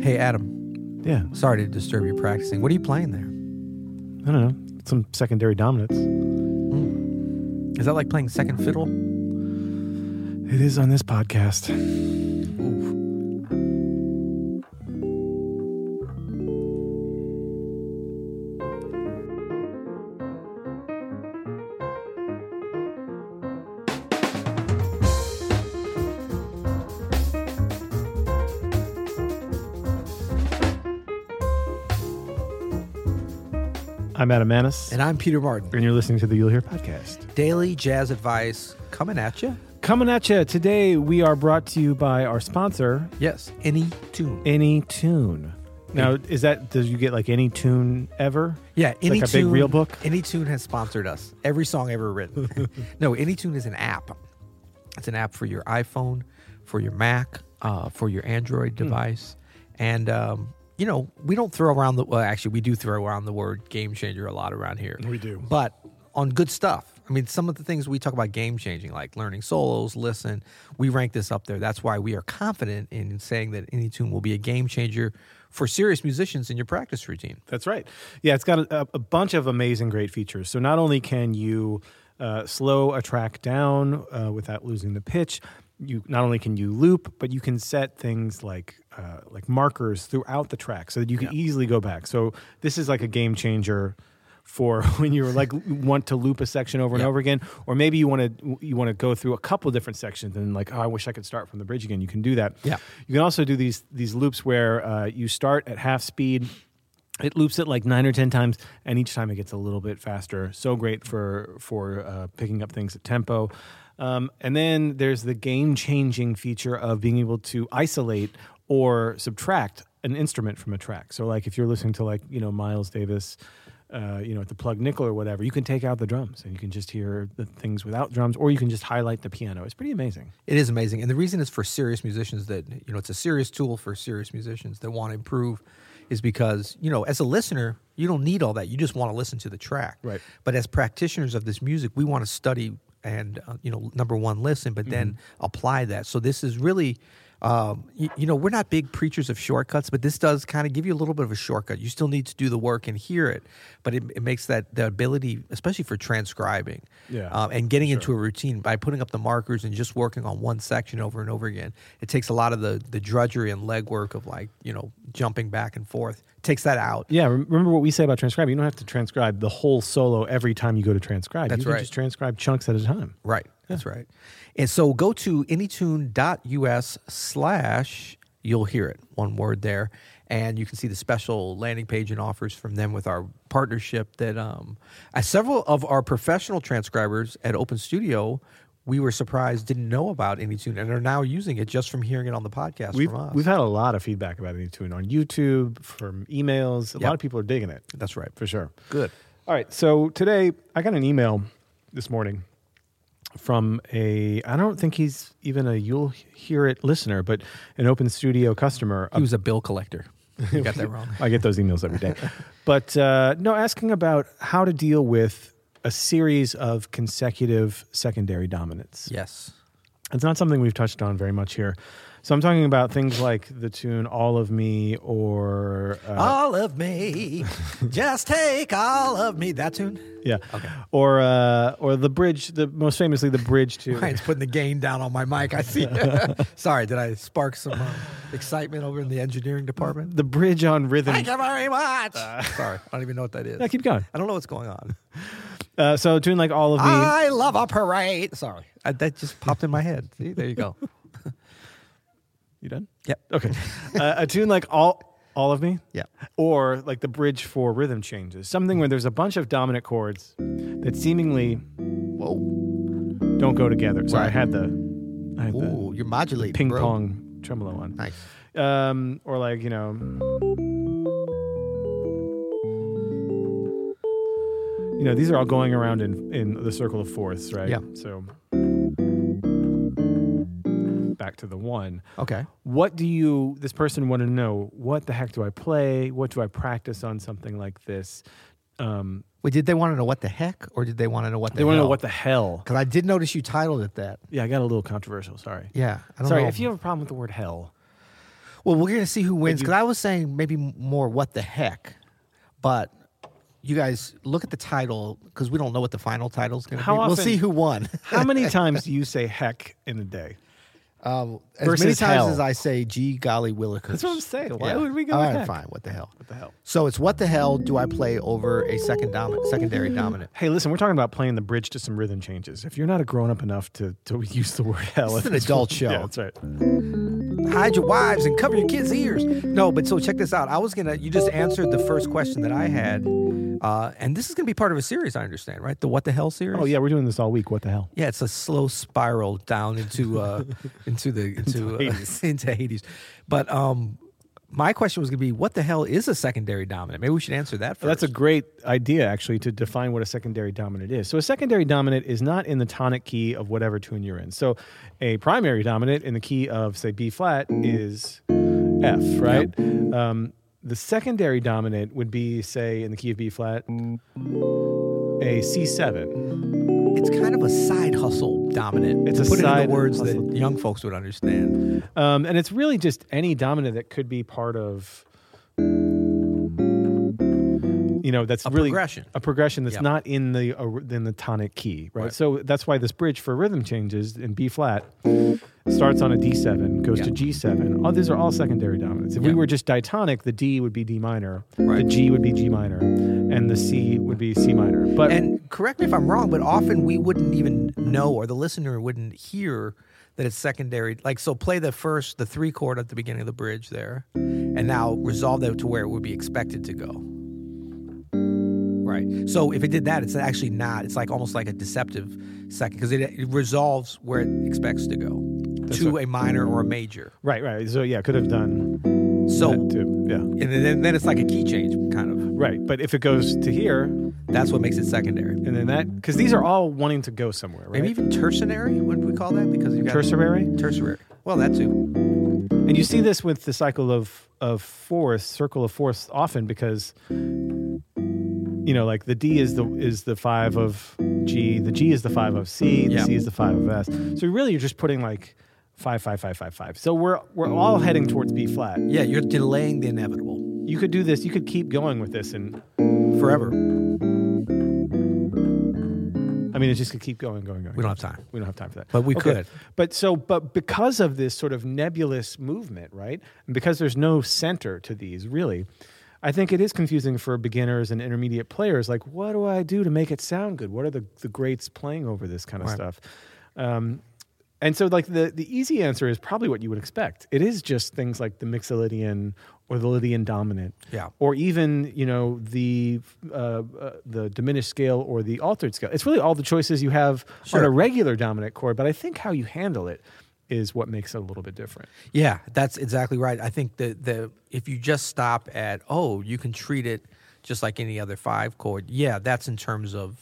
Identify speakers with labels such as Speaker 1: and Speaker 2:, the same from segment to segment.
Speaker 1: Hey, Adam,
Speaker 2: Yeah.
Speaker 1: sorry to disturb your practicing. What are you playing there?
Speaker 2: I don't know. Some secondary dominance.
Speaker 1: Is that like playing second fiddle?
Speaker 2: It is on this podcast. I'm Adam Manis,
Speaker 1: And I'm Peter Martin.
Speaker 2: and you're listening to the You'll Hear podcast.
Speaker 1: Daily jazz advice coming at you.
Speaker 2: Coming at you today, we are brought to you by our sponsor,
Speaker 1: Yes, any tune.
Speaker 2: Any Tune. Now, is that does you get like any tune ever?
Speaker 1: Yeah,
Speaker 2: It's
Speaker 1: any
Speaker 2: like a
Speaker 1: tune.
Speaker 2: big real book.
Speaker 1: Any tune has sponsored us. Every song ever written. no, any tune is an app. It's an app for your iPhone, for your Mac, uh, for your Android
Speaker 2: Hmm.
Speaker 1: device, and um, you know we don't throw around the. Well, actually, we do throw around the word game changer a lot around here.
Speaker 2: We do.
Speaker 1: but on good stuff. I mean, some of the things we talk about game changing, like learning solos, listen, we rank this up there. That's why we are confident in saying that any tune will be a game changer for serious musicians in your practice routine.
Speaker 2: That's right. Yeah, it's got a, a bunch of amazing, great features. So not only can you uh, slow a track down uh, without losing the pitch, you not only can you loop, but you can set things like uh, like markers throughout the track so that you can easily go back. So this is like a game changer for when you like want to loop a section over and
Speaker 1: Yeah.
Speaker 2: over again or maybe you want to you want to go through a couple different sections and like oh I wish I could start from the bridge again you can do that
Speaker 1: Yeah.
Speaker 2: you can also do these these loops where uh, you start at half speed it loops it like nine or ten times, and each time it gets a little bit faster. So great for for uh, picking up things at tempo. Um, and then there's the game changing feature of being able to isolate or subtract an instrument from a track. So like if you're listening to like you know Miles Davis. Uh, you know, at the plug nickel or whatever, you can take out the drums and you can just hear the things without drums, or you can just highlight the piano. It's pretty amazing.
Speaker 1: It is amazing, and the reason it's for serious musicians that you know it's a serious tool for serious musicians that want to improve is because you know as a listener you don't need all that you just want to listen to the track
Speaker 2: Right.
Speaker 1: but as practitioners of this music we want to study and uh, you know number one listen but then
Speaker 2: Mm-hmm.
Speaker 1: apply that so this is really um, you, you know we're not big preachers of shortcuts but this does kind of give you a little bit of a shortcut you still need to do the work and hear it but it, it makes that the ability especially for transcribing
Speaker 2: Yeah.
Speaker 1: um, and getting into a routine by putting up the markers and just working on one section over and over again. It takes a lot of the the drudgery and legwork of like you know jumping back and forth. Takes that out.
Speaker 2: Yeah, rem- remember what we said about transcribing? You don't have to transcribe the whole solo every time you go to transcribe.
Speaker 1: That's
Speaker 2: you can
Speaker 1: right.
Speaker 2: just transcribe chunks at a time.
Speaker 1: Right. That's right. And so go to anytune.us slash you'll hear it. One word there. And you can see the special landing page and offers from them with our partnership that um, uh, several of our professional transcribers at Open Studio we were surprised didn't know about AnyTune and are now using it just from hearing it on the podcast
Speaker 2: We've,
Speaker 1: from us.
Speaker 2: we've had a lot of feedback about AnyTune on YouTube, from emails. A lot of people are digging it,
Speaker 1: That's right.
Speaker 2: for sure.
Speaker 1: Good.
Speaker 2: All right, so today I got an email this morning from a, I don't think he's even a You'll Hear It listener, but an Open Studio customer
Speaker 1: He was a bill collector. You got that wrong.
Speaker 2: I get those emails every day. But uh, no, asking about how to deal with a series of consecutive secondary dominance.
Speaker 1: Yes.
Speaker 2: It's not something we've touched on very much here. So I'm talking about things like the tune All of Me or. Uh,
Speaker 1: all of me. Just take all of me. That tune?
Speaker 2: Yeah, or uh, or the bridge, the most famously the bridge to
Speaker 1: Ryan's putting the gain down on my mic. I see. Sorry, did I spark some uh, excitement over in the engineering department?
Speaker 2: the bridge on rhythm.
Speaker 1: Thank you very much.
Speaker 2: Uh.
Speaker 1: Sorry, I don't even know what that is.
Speaker 2: No, keep going.
Speaker 1: I don't know what's going on.
Speaker 2: Uh, so a tune like All of Me,
Speaker 1: I love a parade. Sorry, I, that just popped in my head. See, there you go.
Speaker 2: you done?
Speaker 1: Yep.
Speaker 2: Okay, uh, a tune like All All of Me.
Speaker 1: Yeah.
Speaker 2: or like the bridge for rhythm changes, something where there's a bunch of dominant chords that seemingly
Speaker 1: Whoa.
Speaker 2: don't go together. So I
Speaker 1: Right.
Speaker 2: had the, I had the
Speaker 1: Ooh, you're modulating.
Speaker 2: ping
Speaker 1: bro.
Speaker 2: pong tremolo on,
Speaker 1: Nice.
Speaker 2: um, or like you know, you know these are all going around in in the circle of fourths, right?
Speaker 1: Yeah.
Speaker 2: So back to the one.
Speaker 1: Okay.
Speaker 2: What do you, this person want to know? What the heck do I play? What do I practice on something like this? Um,
Speaker 1: Wait, did they want to know what the heck, or did they want to know what the
Speaker 2: they want to know what the hell.
Speaker 1: Because I did notice you titled it that.
Speaker 2: Yeah, I got a little controversial. Sorry.
Speaker 1: Yeah, I don't
Speaker 2: Sorry.
Speaker 1: know.
Speaker 2: If you have a problem with the word hell,
Speaker 1: well, we're gonna see who wins. Because I was saying maybe more what the heck, but you guys look at the title because we don't know what the final title's gonna
Speaker 2: How
Speaker 1: be. We'll
Speaker 2: often-
Speaker 1: see who won.
Speaker 2: how many times do you say heck in a day?
Speaker 1: Um, as
Speaker 2: Versus
Speaker 1: many times
Speaker 2: hell.
Speaker 1: as I say, "Gee, golly, willikers."
Speaker 2: That's what I'm saying. Why would we go
Speaker 1: All
Speaker 2: with
Speaker 1: right,
Speaker 2: heck?
Speaker 1: fine. What the hell?
Speaker 2: What the hell?
Speaker 1: So it's what the hell do I play over a second dominant, secondary dominant?
Speaker 2: Hey, listen, we're talking about playing the bridge to some rhythm changes. If you're not a grown up enough to, to use the word hell,
Speaker 1: It's an adult show.
Speaker 2: Yeah, that's right.
Speaker 1: hide your wives and cover your kids' ears. No, but so check this out. I was gonna. You just answered the first question that I had, uh, and this is gonna be part of a series. I understand, right? The what the hell series.
Speaker 2: Oh yeah, we're doing this all week. What the hell?
Speaker 1: Yeah, it's a slow spiral down into uh, into the into into Hades. Uh, into Hades. But um, my question was gonna be, what the hell is a secondary dominant? Maybe we should answer that first.
Speaker 2: That's a great idea, actually, to define what a secondary dominant is. So, a secondary dominant is not in the tonic key of whatever tune you're in. So, a primary dominant in the key of, say, B flat is F, right? Um, the secondary dominant would be, say, in the key of B flat, a C7.
Speaker 1: it's kind of a side hustle dominant.
Speaker 2: It's a
Speaker 1: put it in
Speaker 2: side
Speaker 1: the words
Speaker 2: hustle.
Speaker 1: that young folks would understand.
Speaker 2: Um, and it's really just any dominant that could be part of. You know that's really
Speaker 1: progression.
Speaker 2: a progression that's
Speaker 1: Yep.
Speaker 2: not in the or- in the tonic key, right? So that's why this bridge for rhythm changes in B flat starts on a D7, goes to
Speaker 1: Yeah.
Speaker 2: G7. All these are all secondary dominants. If we
Speaker 1: Yeah.
Speaker 2: were just ditonic, the D would be D minor, the
Speaker 1: Right.
Speaker 2: G would be G minor, and the C would be C minor. But
Speaker 1: And correct me if I'm wrong, but often we wouldn't even know, or the listener wouldn't hear that it's secondary. Like, so play the first, the three chord at the beginning of the bridge there, and now resolve that to where it would be expected to go. Right. So if it did that, it's actually not. It's like almost like a deceptive second because it, it resolves where it expects to go to a minor or a major.
Speaker 2: right, right. So yeah, could have done
Speaker 1: So
Speaker 2: that too. Yeah,
Speaker 1: and then, then it's like a key change kind of.
Speaker 2: right. But if it goes to here,
Speaker 1: That's what makes it secondary.
Speaker 2: And then that, because these are all wanting to go somewhere, right?
Speaker 1: Maybe even tertiary. What do we call that? Because you got
Speaker 2: tertiary.
Speaker 1: tertiary. Well, that too.
Speaker 2: And you see this with the cycle of of fourths, circle of fourths, often because you know, like the D is the is the five of G, the G is the five of C, the
Speaker 1: Yeah.
Speaker 2: C is the five of S. So really, you're just putting like five, five, five, five, five. So we're we're all heading towards B flat.
Speaker 1: Yeah, you're delaying the inevitable
Speaker 2: You could do this. You could keep going with this, and
Speaker 1: forever.
Speaker 2: I mean, it just could keep going, going, going.
Speaker 1: We don't have time.
Speaker 2: We don't have time for that.
Speaker 1: But we could.
Speaker 2: But so, but because of this sort of nebulous movement, right? And because there's no center to these, really, I think it is confusing for beginners and intermediate players. Like, what do I do to make it sound good? What are the, the greats playing over this kind of
Speaker 1: Right.
Speaker 2: stuff? Um, and so, like, the, the easy answer is probably what you would expect. It is just things like the Mixolydian or the Lydian dominant
Speaker 1: Yeah.
Speaker 2: or even you know the uh, uh, the diminished scale or the altered scale. It's really all the choices you have on
Speaker 1: Sure.
Speaker 2: a regular dominant chord, but I think how you handle it is what makes it a little bit different.
Speaker 1: Yeah, that's exactly right. I think the the if you just stop at oh, you can treat it just like any other five chord. Yeah, that's in terms of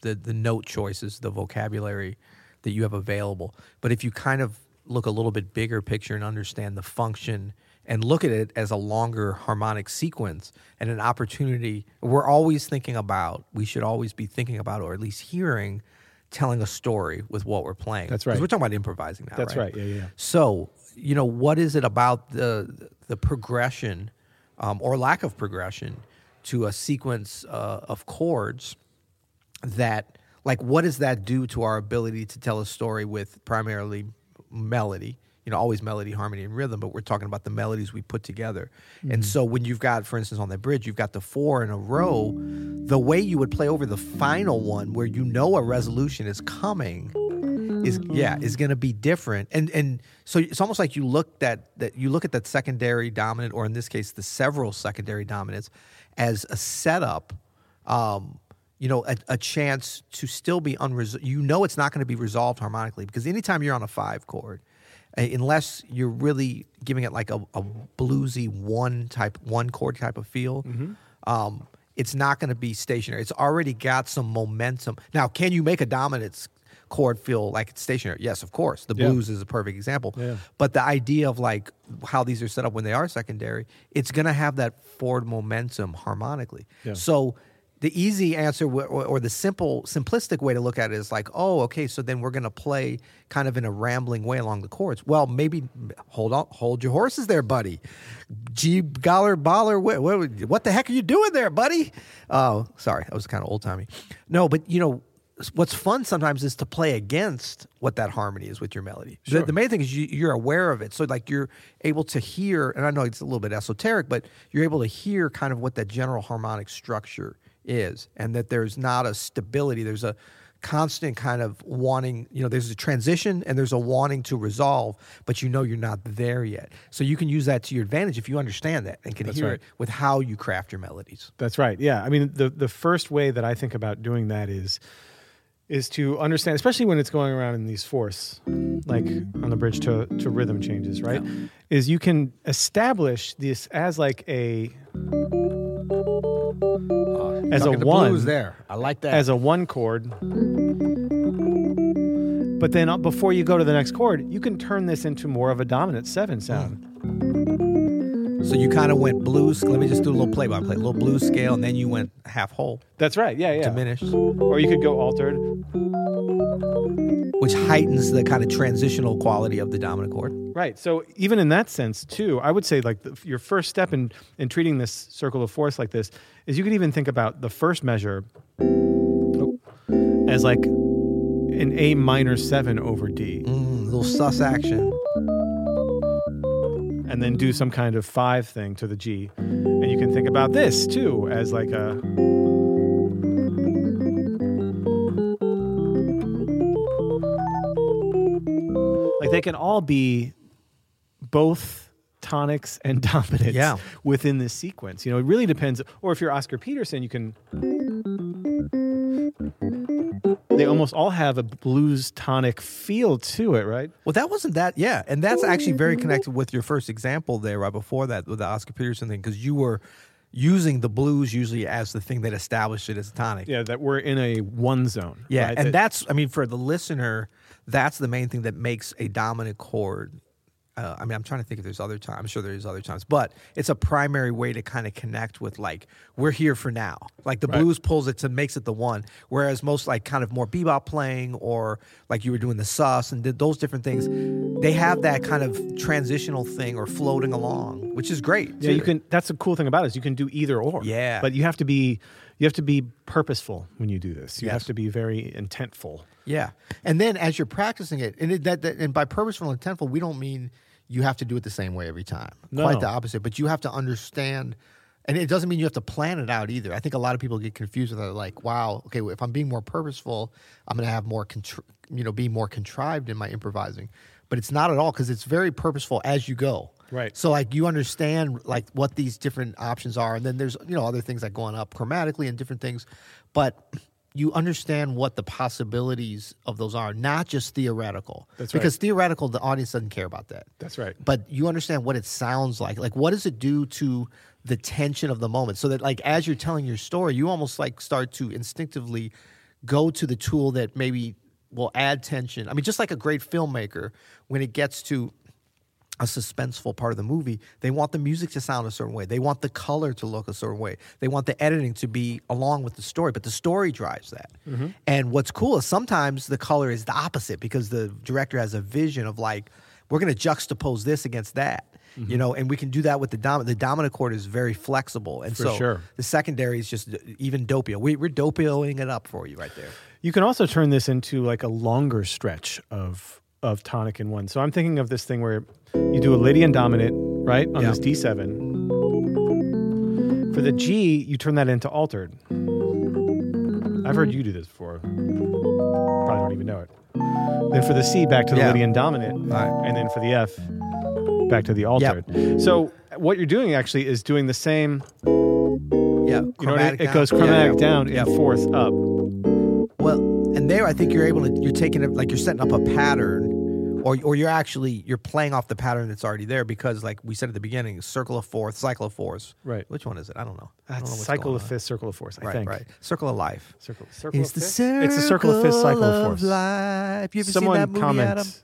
Speaker 1: the the note choices, the vocabulary that you have available. But if you kind of look a little bit bigger picture and understand the function and look at it as a longer harmonic sequence and an opportunity we're always thinking about we should always be thinking about or at least hearing telling a story with what we're playing
Speaker 2: That's
Speaker 1: 'Cause
Speaker 2: right.
Speaker 1: we're talking about improvising now
Speaker 2: That's right. Yeah, yeah, yeah.
Speaker 1: so, you know, what is it about the the progression um, or lack of progression to a sequence uh, of chords that, like, what does that do to our ability to tell a story with primarily melody? You know, always melody, harmony, and rhythm, but we're talking about the melodies we put together.
Speaker 2: Mm-hmm.
Speaker 1: And so, when you've got, for instance, on that bridge, you've got the four in a row, the way you would play over the final one where you know a resolution is coming is yeah is going to be different and and so it's almost like you look that that you look at that secondary dominant or in this case the several secondary dominants as a setup um you know a, a chance to still be unresolved you know it's not going to be resolved harmonically because anytime you're on a five chord a- Uh, unless you're really giving it like a, a bluesy one type one chord type of feel um it's not going to be stationary it's already got some momentum now can you make a dominance chord feel like it's stationary. Yes, of course. The
Speaker 2: Yeah.
Speaker 1: blues is a perfect example.
Speaker 2: Yeah.
Speaker 1: But the idea of like how these are set up when they are secondary, it's going to have that forward momentum harmonically. So the easy answer w- or or the simple simplistic way to look at it is like oh okay so then we're going to play kind of in a rambling way along the chords well maybe hold on hold your horses there buddy gee goller baller what, what, what the heck are you doing there buddy oh sorry that was kind of old timey no but you know what's fun sometimes is to play against what that harmony is with your melody. The- The, main thing is you, you're aware of it. So like you're able to hear, and I know it's a little bit esoteric, but you're able to hear kind of what that general harmonic structure is and that there's not a stability. There's a constant kind of wanting, you know, there's a transition and there's a wanting to resolve, but you know you're not there yet. So you can use that to your advantage if you understand that and can hear
Speaker 2: right.
Speaker 1: it with how you craft your melodies.
Speaker 2: That's right. Yeah. I mean, the the first way that I think about doing that is is to understand, especially when it's going around in these fourths, like on the bridge to to rhythm changes, right? Is you can establish this as like a as a
Speaker 1: Talking to
Speaker 2: one
Speaker 1: Uh, blues there. I like that.
Speaker 2: as a one chord. But then uh, before you go to the next chord, you can turn this into more of a dominant seven sound.
Speaker 1: Hmm. So you kind of went blues. Let me just do a little play by play, a little blues scale, and then you went half whole,
Speaker 2: That's right. Yeah, yeah.
Speaker 1: diminished,
Speaker 2: Or you could go altered.
Speaker 1: which heightens the kind of transitional quality of the dominant chord.
Speaker 2: Right. So even in that sense, too, I would say like the, your first step in in treating this circle of force like this is you could even think about the first measure as like an A minor seven over D,
Speaker 1: Mm, little sus action.
Speaker 2: and then do some kind of five thing to the G, and you can think about this too as like a like they can all be both tonics and dominants
Speaker 1: Yeah.
Speaker 2: within this sequence. You know, it really depends. Or if you're Oscar Peterson, you can. They almost all have a blues tonic feel to it, right?
Speaker 1: Well, that wasn't that. Yeah, and that's actually very connected with your first example there, right before that, with the Oscar Peterson thing, because you were using the blues usually as the thing that established it as a tonic.
Speaker 2: Yeah, that we're in a one zone.
Speaker 1: Yeah,
Speaker 2: right?
Speaker 1: and
Speaker 2: That-
Speaker 1: that's I mean for the listener, that's the main thing that makes a dominant chord. Uh, I mean, I'm trying to think if there's other times. I'm sure there's other times, but it's a primary way to kind of connect with like we're here for now. Like the blues pulls it to makes it the one, whereas most like kind of more bebop playing or like you were doing the sus and did those different things, they have that kind of transitional thing or floating along, which is great.
Speaker 2: Yeah, you
Speaker 1: too.
Speaker 2: can. That's the cool thing about it is you can do either or.
Speaker 1: Yeah.
Speaker 2: but you have to be you have to be purposeful when you do this. You have
Speaker 1: Yes.
Speaker 2: to be very intentful.
Speaker 1: Yeah, and then as you're practicing it, and it, that, that and by purposeful and intentful, we don't mean you have to do it the same way every time.
Speaker 2: No.
Speaker 1: Quite the opposite. But you have to understand, and it doesn't mean you have to plan it out either. I think a lot of people get confused with that. Like, wow, okay, well, if I'm being more purposeful, I'm going to have more, contr- you know, be more contrived in my improvising. But it's not at all because it's very purposeful as you go.
Speaker 2: Right.
Speaker 1: So like you understand like what these different options are, and then there's you know other things like going up chromatically and different things, but you understand what the possibilities of those are, not just theoretical.
Speaker 2: That's right.
Speaker 1: because theoretical, the audience doesn't care about that.
Speaker 2: That's right.
Speaker 1: But you understand what it sounds like. Like what does it do to the tension of the moment? So that like as you're telling your story, you almost like start to instinctively go to the tool that maybe will add tension. I mean, just like a great filmmaker, when it gets to a suspenseful part of the movie, they want the music to sound a certain way. They want the color to look a certain way. They want the editing to be along with the story, but the story drives that.
Speaker 2: Mm-hmm.
Speaker 1: And what's cool is sometimes the color is the opposite because the director has a vision of like, we're going to juxtapose this against that.
Speaker 2: Mm-hmm.
Speaker 1: You know, and we can do that with the dominant. The dominant chord is very flexible, and so
Speaker 2: sure.
Speaker 1: the secondary is just even dopio. We, we're dopioing it up for you right there.
Speaker 2: You can also turn this into like a longer stretch of of tonic in one. So I'm thinking of this thing where you do a Lydian dominant, right, on
Speaker 1: Yeah.
Speaker 2: this D7. For the G, you turn that into altered. I've heard you do this before. Probably don't even know it. Then for the C, back to the
Speaker 1: Yeah.
Speaker 2: Lydian dominant,
Speaker 1: Right.
Speaker 2: and then for the F, back to the altered. So what you're doing actually is doing the same.
Speaker 1: Yeah,
Speaker 2: You know, what I
Speaker 1: chromatic
Speaker 2: mean? it goes
Speaker 1: down. Yeah, yeah.
Speaker 2: chromatic down
Speaker 1: Yeah.
Speaker 2: and fourth up.
Speaker 1: Well, and there I think you're able to you're taking it like you're setting up a pattern or or you're actually you're playing off the pattern that's already there because like we said at the beginning, circle of fourth, cycle of fours.
Speaker 2: Right.
Speaker 1: Which one is it? I don't know. I don't know
Speaker 2: That's
Speaker 1: what's
Speaker 2: cycle
Speaker 1: going
Speaker 2: of
Speaker 1: on.
Speaker 2: fifth, circle of fourth. I
Speaker 1: Right,
Speaker 2: think.
Speaker 1: right. Circle of life.
Speaker 2: Circle, circle
Speaker 1: it's
Speaker 2: of
Speaker 1: the
Speaker 2: fifth.
Speaker 1: circle
Speaker 2: it's the circle of fifth, cycle
Speaker 1: of
Speaker 2: of fourth.
Speaker 1: life. You ever seen
Speaker 2: Someone
Speaker 1: that movie, Adam?
Speaker 2: comment.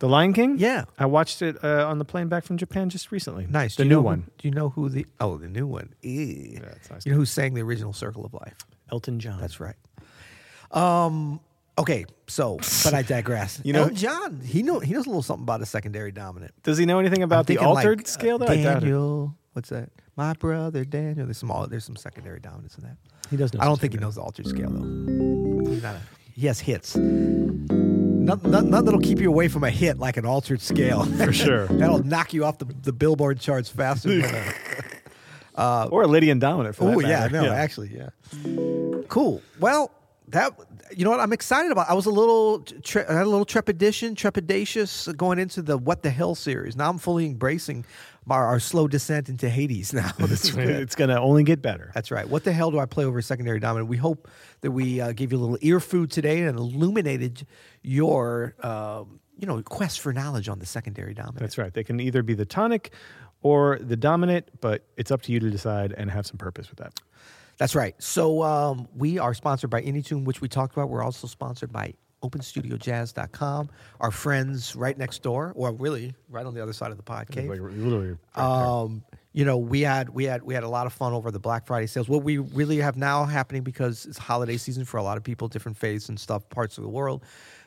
Speaker 2: The Lion King?
Speaker 1: Yeah.
Speaker 2: I watched it uh, on the plane back from Japan just recently.
Speaker 1: Nice.
Speaker 2: The
Speaker 1: Do you
Speaker 2: new
Speaker 1: know who-
Speaker 2: one.
Speaker 1: do you know who the? Oh, the new one. Yeah,
Speaker 2: that's nice.
Speaker 1: You know who sang the original "Circle of Life"?
Speaker 2: Elton John.
Speaker 1: That's right. Um. Okay. So, but I digress.
Speaker 2: You know-
Speaker 1: Elton John. He know he knows a little something about a secondary dominant.
Speaker 2: Does he know anything about
Speaker 1: I'm
Speaker 2: the
Speaker 1: thinking like,
Speaker 2: altered
Speaker 1: uh,
Speaker 2: scale? Though? I doubt it.
Speaker 1: Daniel. What's that? My brother Daniel. There's some all, there's some secondary dominance in that.
Speaker 2: He does know
Speaker 1: I don't
Speaker 2: some
Speaker 1: think he knows the altered scale though. He's not a, he has hits. Nothing, nothing, nothing that'll keep you away from a hit like an altered scale.
Speaker 2: For sure.
Speaker 1: That'll knock you off the, the Billboard charts faster. Than a,
Speaker 2: or a Lydian dominant. For that
Speaker 1: oh Uh, yeah,
Speaker 2: matter.
Speaker 1: no, actually, yeah. Cool. Well, that you know what I'm excited about. I was a little tre- I had a little trepidation, trepidatious going into the what the hell series. Now I'm fully embracing my, our slow descent into Hades. Now this is
Speaker 2: It's-
Speaker 1: good.
Speaker 2: it's going to only get better.
Speaker 1: That's right. What the hell do I play over secondary dominant? We hope that we uh, gave you a little ear food today and illuminated your um, you know quest for knowledge on the secondary dominant.
Speaker 2: That's right. They can either be the tonic or the dominant, but it's up to you to decide and have some purpose with that.
Speaker 1: That's right. So um, we are sponsored by Anytune, which we talked about. We're also sponsored by OpenStudioJazz.com, our friends right next door, or really right on the other side of the podcast.
Speaker 2: Like, literally.
Speaker 1: Um, you know, we had we had we had a lot of fun over the Black Friday sales. What we really have now happening because it's holiday season for a lot of people, different faiths and stuff, parts of the world.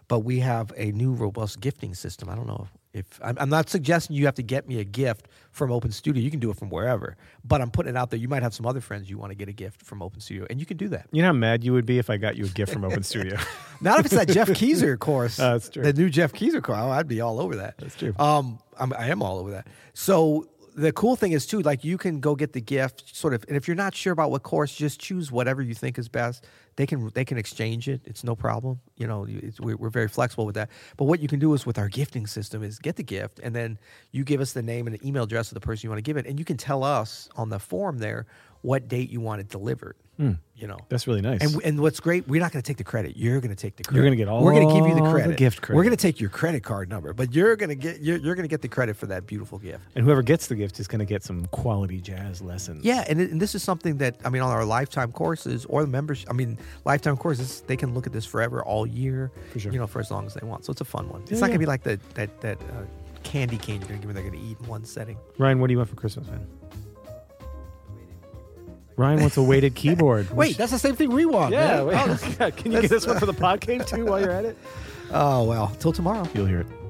Speaker 1: But we have a new robust gifting system. I don't know if, if I'm, I'm not suggesting you have to get me a gift from Open Studio. You can do it from wherever. But I'm putting it out there. You might have some other friends you want to get a gift from Open Studio, and you can do that.
Speaker 2: you know how mad you would be if I got you a gift from Open Studio?
Speaker 1: Not if it's that Jeff Keezer course.
Speaker 2: Uh, that's true.
Speaker 1: The new Jeff Keezer course. Oh, I'd be all over that. That's
Speaker 2: true.
Speaker 1: Um, I'm, I am all over that. So the cool thing is too, like you can go get the gift, sort of, and if you're not sure about what course, just choose whatever you think is best. They can they can exchange it. It's no problem. You know, you- it's, we're, we're very flexible with that. But what you can do is with our gifting system is get the gift, and then you give us the name and the email address of the person you want to give it, and you can tell us on the form there what date you want it delivered. You know,
Speaker 2: Hmm. That's really nice.
Speaker 1: and, and what's great, we're not going to take the credit. You're going to take the credit.
Speaker 2: You're gonna get
Speaker 1: We're gonna give you the
Speaker 2: all the
Speaker 1: credit.
Speaker 2: gift
Speaker 1: We're
Speaker 2: credit.
Speaker 1: going to take your credit card number, but you're going to get you're, you're going to get the credit for that beautiful gift.
Speaker 2: and whoever gets the gift is going to get some quality jazz lessons.
Speaker 1: Yeah, and, it- and this is something that I mean on our lifetime courses or the membership. I mean lifetime courses, they can look at this forever, all year,
Speaker 2: For sure.
Speaker 1: you know, for as long as they want. So it's a fun one. It's
Speaker 2: Yeah,
Speaker 1: not
Speaker 2: yeah.
Speaker 1: going to be like the, that that uh, candy cane you're going to give them. They're going to eat in one setting.
Speaker 2: Ryan, what do you want for Christmas, man? Ryan wants a weighted keyboard.
Speaker 1: Wait, that's Oh, the same thing we want.
Speaker 2: yeah,
Speaker 1: man.
Speaker 2: wait. yeah. Can you get us one for the podcast too while you're at it?
Speaker 1: Oh well, till tomorrow.
Speaker 2: You'll hear it.